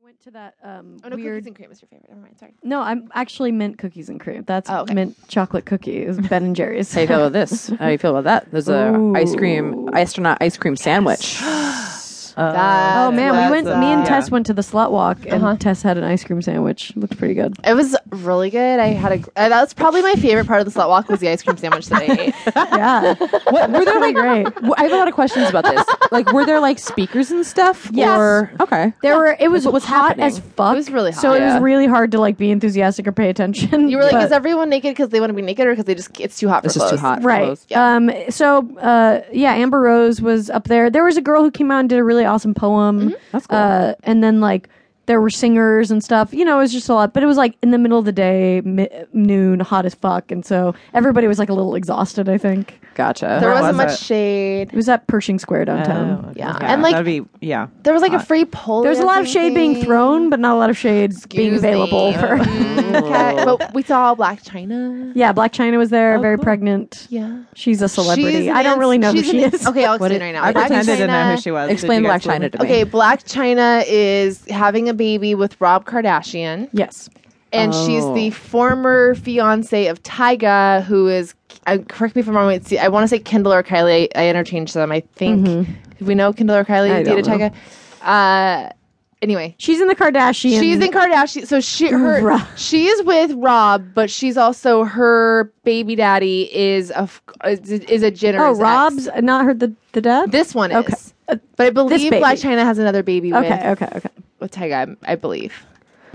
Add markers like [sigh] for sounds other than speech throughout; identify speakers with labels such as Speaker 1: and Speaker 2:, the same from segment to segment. Speaker 1: went to that um,
Speaker 2: Oh no,
Speaker 1: weird.
Speaker 2: cookies and cream is your favorite. Never mind. Sorry.
Speaker 1: no, I'm actually mint cookies and cream. That's
Speaker 2: Oh, okay.
Speaker 1: mint chocolate
Speaker 2: [laughs]
Speaker 1: cookies, Ben and Jerry's.
Speaker 3: How you feel
Speaker 1: [laughs]
Speaker 3: about this? How do you feel about that? There's a ice cream
Speaker 1: Ooh.
Speaker 3: astronaut ice cream sandwich. Uh,
Speaker 1: Oh man, we
Speaker 2: That's
Speaker 1: went.
Speaker 2: a-
Speaker 1: Me and
Speaker 2: yeah.
Speaker 1: Tess went to the slut walk, and
Speaker 2: Uh-huh.
Speaker 1: Tess had an ice cream sandwich. Looked pretty
Speaker 2: [laughs]
Speaker 1: good.
Speaker 2: It was really good. I had a. gr- Uh, that was probably my favorite part of the slut walk was the ice cream sandwich that [laughs] I ate.
Speaker 1: [laughs] Yeah,
Speaker 3: what, were there like?
Speaker 1: great.
Speaker 3: w- I have a lot of questions about this. Like, were there like speakers and stuff?
Speaker 1: Yes.
Speaker 3: Or, okay.
Speaker 1: There were. It was
Speaker 3: What was
Speaker 1: hot
Speaker 3: happening?
Speaker 1: as fuck.
Speaker 2: It was really
Speaker 1: So
Speaker 2: hot.
Speaker 1: it
Speaker 3: Yeah.
Speaker 1: was really hard to like be enthusiastic or pay attention.
Speaker 2: You were like,
Speaker 1: but-
Speaker 2: is everyone naked because they want to be naked or because they just it's too hot
Speaker 3: It's
Speaker 2: for
Speaker 3: just too
Speaker 2: clothes?
Speaker 3: hot.
Speaker 1: right?
Speaker 3: Clothes.
Speaker 2: Yeah.
Speaker 1: Um. So, uh, yeah, Amber Rose was up there. There was a girl who came out and did a really awesome poem.
Speaker 2: Mm-hmm.
Speaker 3: That's cool.
Speaker 1: Uh, and then like there were singers and stuff. You know, it was just a lot. But it was like in the middle of the day, mi- noon, hot as fuck, and so everybody was like a little exhausted. I think
Speaker 3: Gotcha.
Speaker 2: There
Speaker 4: Where
Speaker 2: wasn't
Speaker 4: was
Speaker 2: much shade.
Speaker 1: it was at Pershing Square downtown.
Speaker 4: Oh,
Speaker 2: Yeah, and, like-
Speaker 4: that'd be yeah.
Speaker 2: There was like a
Speaker 4: Hot.
Speaker 2: free pole.
Speaker 1: There was a lot of shade being
Speaker 2: dancing.
Speaker 1: thrown, but not a lot of shade being
Speaker 2: Excuse me.
Speaker 1: available for. [laughs]
Speaker 2: Mm, okay. But we saw Black China.
Speaker 1: yeah, Black China was there, very
Speaker 4: cool.
Speaker 1: pregnant.
Speaker 2: Yeah.
Speaker 1: She's a celebrity.
Speaker 2: Oh, She's an
Speaker 1: I don't
Speaker 2: ins-
Speaker 1: really know who
Speaker 2: she's
Speaker 1: she
Speaker 2: an-
Speaker 1: is.
Speaker 2: Okay, I'll
Speaker 3: What
Speaker 2: explain
Speaker 3: is-
Speaker 2: right now.
Speaker 4: I
Speaker 2: Black
Speaker 4: pretended to know
Speaker 2: China-
Speaker 4: who she was. Did
Speaker 3: Explain
Speaker 4: you guys
Speaker 3: Black
Speaker 4: believe
Speaker 3: China
Speaker 4: me?
Speaker 3: to me.
Speaker 2: Okay, Black China is having a baby with Rob Kardashian.
Speaker 1: Yes.
Speaker 2: and she's
Speaker 3: Oh.
Speaker 2: the former fiance of Tyga, who is. I, correct me if I'm wrong. It's, I want to say Kendall or Kylie. I, I interchange them. I think
Speaker 1: Mm-hmm.
Speaker 2: Do we know Kendall or Kylie
Speaker 3: I don't
Speaker 2: dated Tyga. Uh, anyway,
Speaker 1: She's in the Kardashian.
Speaker 2: she's in Kardashian. So she
Speaker 1: [laughs]
Speaker 2: her
Speaker 1: Bruh.
Speaker 2: she is with Rob, but she's also her baby daddy is a f- is, is a generous.
Speaker 1: Oh,
Speaker 2: ex.
Speaker 1: Rob's not her the the dad.
Speaker 2: This one is,
Speaker 1: Okay. Uh,
Speaker 2: but I believe
Speaker 1: baby.
Speaker 2: Black China has another baby
Speaker 1: okay,
Speaker 2: with
Speaker 1: okay, okay.
Speaker 2: with Tyga. I, I believe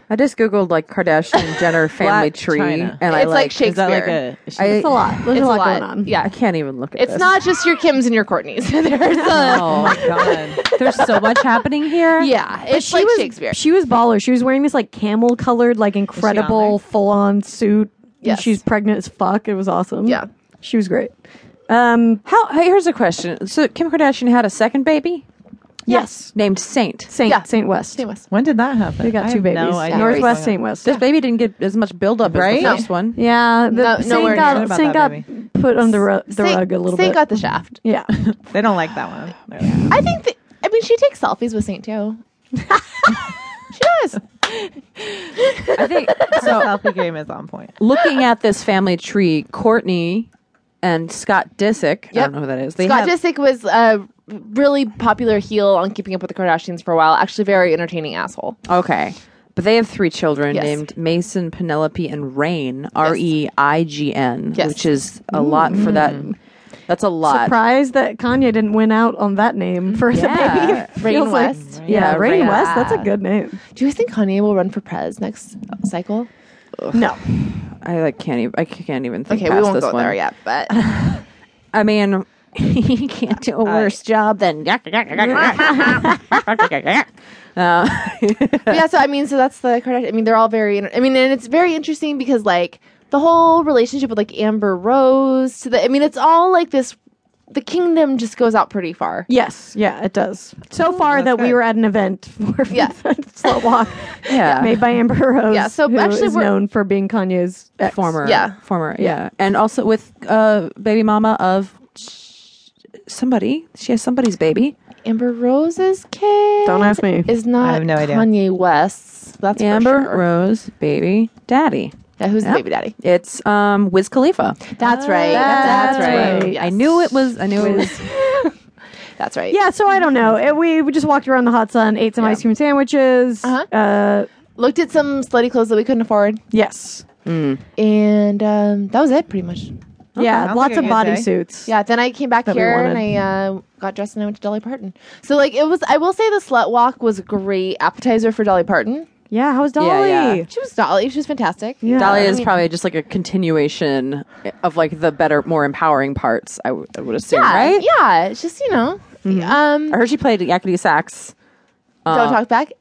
Speaker 3: I just googled like [laughs] Kardashian Jenner family
Speaker 4: Black
Speaker 3: tree,
Speaker 4: China.
Speaker 3: and I
Speaker 2: it's like
Speaker 3: like.
Speaker 2: Shakespeare.
Speaker 4: Is that like a? is she-
Speaker 3: I-
Speaker 1: It's a lot. There's
Speaker 2: It's
Speaker 1: a lot, going on.
Speaker 2: Yeah,
Speaker 3: I can't even look at
Speaker 2: It's
Speaker 3: this.
Speaker 2: not just your Kims and your Courtneys. [laughs] There's
Speaker 1: [laughs]
Speaker 2: a
Speaker 4: oh my
Speaker 3: [laughs]
Speaker 4: god.
Speaker 3: There's so much happening here.
Speaker 2: yeah.
Speaker 1: But
Speaker 2: It's like
Speaker 1: was,
Speaker 2: Shakespeare.
Speaker 1: She was baller. She was wearing this like camel colored, like incredible full on suit.
Speaker 2: Yes.
Speaker 1: She's pregnant as fuck. It was awesome.
Speaker 2: Yeah.
Speaker 1: She was great. Um
Speaker 3: How? hey, Here's a question. So Kim Kardashian had a second baby.
Speaker 1: Yes.
Speaker 3: Named Saint.
Speaker 1: Saint
Speaker 2: Yeah.
Speaker 1: Saint West.
Speaker 2: She was.
Speaker 4: When did that happen?
Speaker 1: They got
Speaker 4: I
Speaker 1: two
Speaker 4: have
Speaker 1: babies.
Speaker 4: No idea what's
Speaker 1: Northwest
Speaker 4: going
Speaker 1: Saint West.
Speaker 3: This baby didn't get as much buildup
Speaker 4: Right?
Speaker 3: as the first one.
Speaker 1: Yeah, the
Speaker 2: No- nowhere
Speaker 1: Saint
Speaker 2: near
Speaker 1: got,
Speaker 4: about
Speaker 1: Saint got
Speaker 4: that baby.
Speaker 1: put under ru- the
Speaker 2: Saint-
Speaker 1: rug a little
Speaker 2: Saint
Speaker 1: bit.
Speaker 2: got the shaft. [laughs]
Speaker 1: yeah.
Speaker 4: on. They don't like that one. They're like, [laughs]
Speaker 2: I think that, I mean, she takes selfies with Saint
Speaker 1: [laughs]
Speaker 2: too. she does.
Speaker 3: I think
Speaker 4: Her
Speaker 3: so.
Speaker 4: selfie game is on point.
Speaker 3: looking at this family tree, Courtney and Scott Disick. I
Speaker 2: Yep.
Speaker 3: don't know who that is. They
Speaker 2: Scott
Speaker 3: have-
Speaker 2: Disick was a really popular heel on Keeping Up with the Kardashians for a while. Actually, very entertaining asshole.
Speaker 3: Okay. But they have three children
Speaker 2: Yes.
Speaker 3: named Mason, Penelope, and Rain. R E I G N,
Speaker 2: Yes. Mm.
Speaker 3: which is a lot for that. That's a lot.
Speaker 1: Surprised that Kanye didn't win out on that name for the baby.
Speaker 3: Yeah.
Speaker 1: Feels
Speaker 2: Rain
Speaker 1: like-
Speaker 2: West.
Speaker 1: Yeah,
Speaker 3: Yeah,
Speaker 1: Rain,
Speaker 3: Rain.
Speaker 1: West. That's a good name.
Speaker 2: Do you guys think Kanye will run for Prez next cycle?
Speaker 1: No,
Speaker 3: I like can't even. I can't even think.
Speaker 2: Okay, we
Speaker 3: past
Speaker 2: won't
Speaker 3: this
Speaker 2: go
Speaker 3: one.
Speaker 2: there yet,
Speaker 1: [laughs]
Speaker 2: but
Speaker 3: I mean, [laughs] he can't do a worse
Speaker 2: [laughs]
Speaker 3: job than. [laughs]
Speaker 2: But yeah, so I mean, so that's the Kardashian. I mean, they're all very. inter- I mean, and it's very interesting because like the whole relationship with like Amber Rose. To the, I mean, it's all like this. The kingdom just goes out pretty far.
Speaker 1: Yes, yeah, it does. So far that we
Speaker 4: good.
Speaker 1: were at an event [laughs] for
Speaker 2: Yeah.
Speaker 1: Slow Walk
Speaker 3: Yeah.
Speaker 1: made by Amber Rose.
Speaker 2: Yeah, so
Speaker 1: who
Speaker 2: actually
Speaker 1: is
Speaker 2: we're-
Speaker 1: known for being Kanye's ex.
Speaker 3: former.
Speaker 2: Yeah.
Speaker 3: Former. Yeah. And also with uh, baby mama of somebody. She has somebody's baby.
Speaker 2: Amber Rose's kid.
Speaker 1: Don't ask me.
Speaker 2: Is not
Speaker 4: I have no idea.
Speaker 2: Kanye West's. That's for
Speaker 3: Amber
Speaker 2: sure.
Speaker 3: Rose, baby daddy.
Speaker 2: Yeah, who's
Speaker 3: Yep.
Speaker 2: the baby daddy?
Speaker 3: It's um Wiz Khalifa.
Speaker 2: That's right.
Speaker 1: that's right. right.
Speaker 3: I knew it was. I knew it
Speaker 2: [laughs]
Speaker 3: was.
Speaker 2: That's right.
Speaker 1: Yeah, so I don't know. It- we, we just walked around the hot sun, ate some ice cream sandwiches.
Speaker 2: Uh-huh.
Speaker 1: Uh,
Speaker 2: Looked at some slutty clothes that we couldn't afford,
Speaker 1: yes.
Speaker 3: mm.
Speaker 2: and um, that was it, pretty much.
Speaker 1: yeah,
Speaker 4: sounds
Speaker 1: lots
Speaker 4: like a
Speaker 1: of
Speaker 4: good day.
Speaker 1: bodysuits.
Speaker 2: Yeah, then I came back
Speaker 1: That we
Speaker 2: here and
Speaker 1: wanted.
Speaker 2: I uh, got dressed and I went to Dolly Parton. So like it was, I will say the slut walk was a great appetizer for Dolly Parton.
Speaker 1: Yeah, how's Dolly?
Speaker 3: Yeah, yeah.
Speaker 2: She was Dolly. She was fantastic.
Speaker 1: Yeah.
Speaker 3: Dolly is
Speaker 2: Yeah.
Speaker 3: probably just like a continuation of like the better, more empowering parts. I, w- I would assume,
Speaker 2: Yeah,
Speaker 3: right?
Speaker 2: yeah. It's just you know, um,
Speaker 3: I heard she played yakety sax. Uh,
Speaker 2: don't talk back.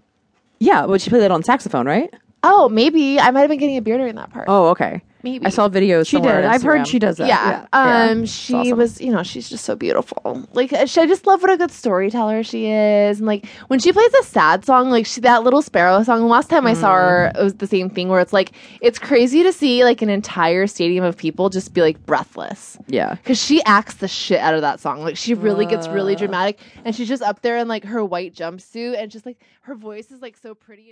Speaker 3: Yeah, but she played that on saxophone, right?
Speaker 2: Oh, maybe I might have been getting a beard during that part.
Speaker 3: Oh, okay.
Speaker 2: Maybe.
Speaker 3: I saw videos.
Speaker 1: She did.
Speaker 3: somewhere on
Speaker 1: I've heard
Speaker 3: Instagram.
Speaker 1: she does that.
Speaker 2: yeah.
Speaker 3: yeah.
Speaker 2: Um,
Speaker 3: It's
Speaker 2: she
Speaker 3: awesome.
Speaker 2: was, you know, she's just so beautiful. Like, uh, she, I just love what a good storyteller she is. And like when she plays a sad song, like she that little sparrow song. Last time I saw her, it was the same thing where it's like it's crazy to see like an entire stadium of people just be like breathless.
Speaker 3: Yeah.
Speaker 2: Cause she acts the shit out of that song. Like she really gets really dramatic, and she's just up there in like her white jumpsuit, and just like her voice is like so pretty.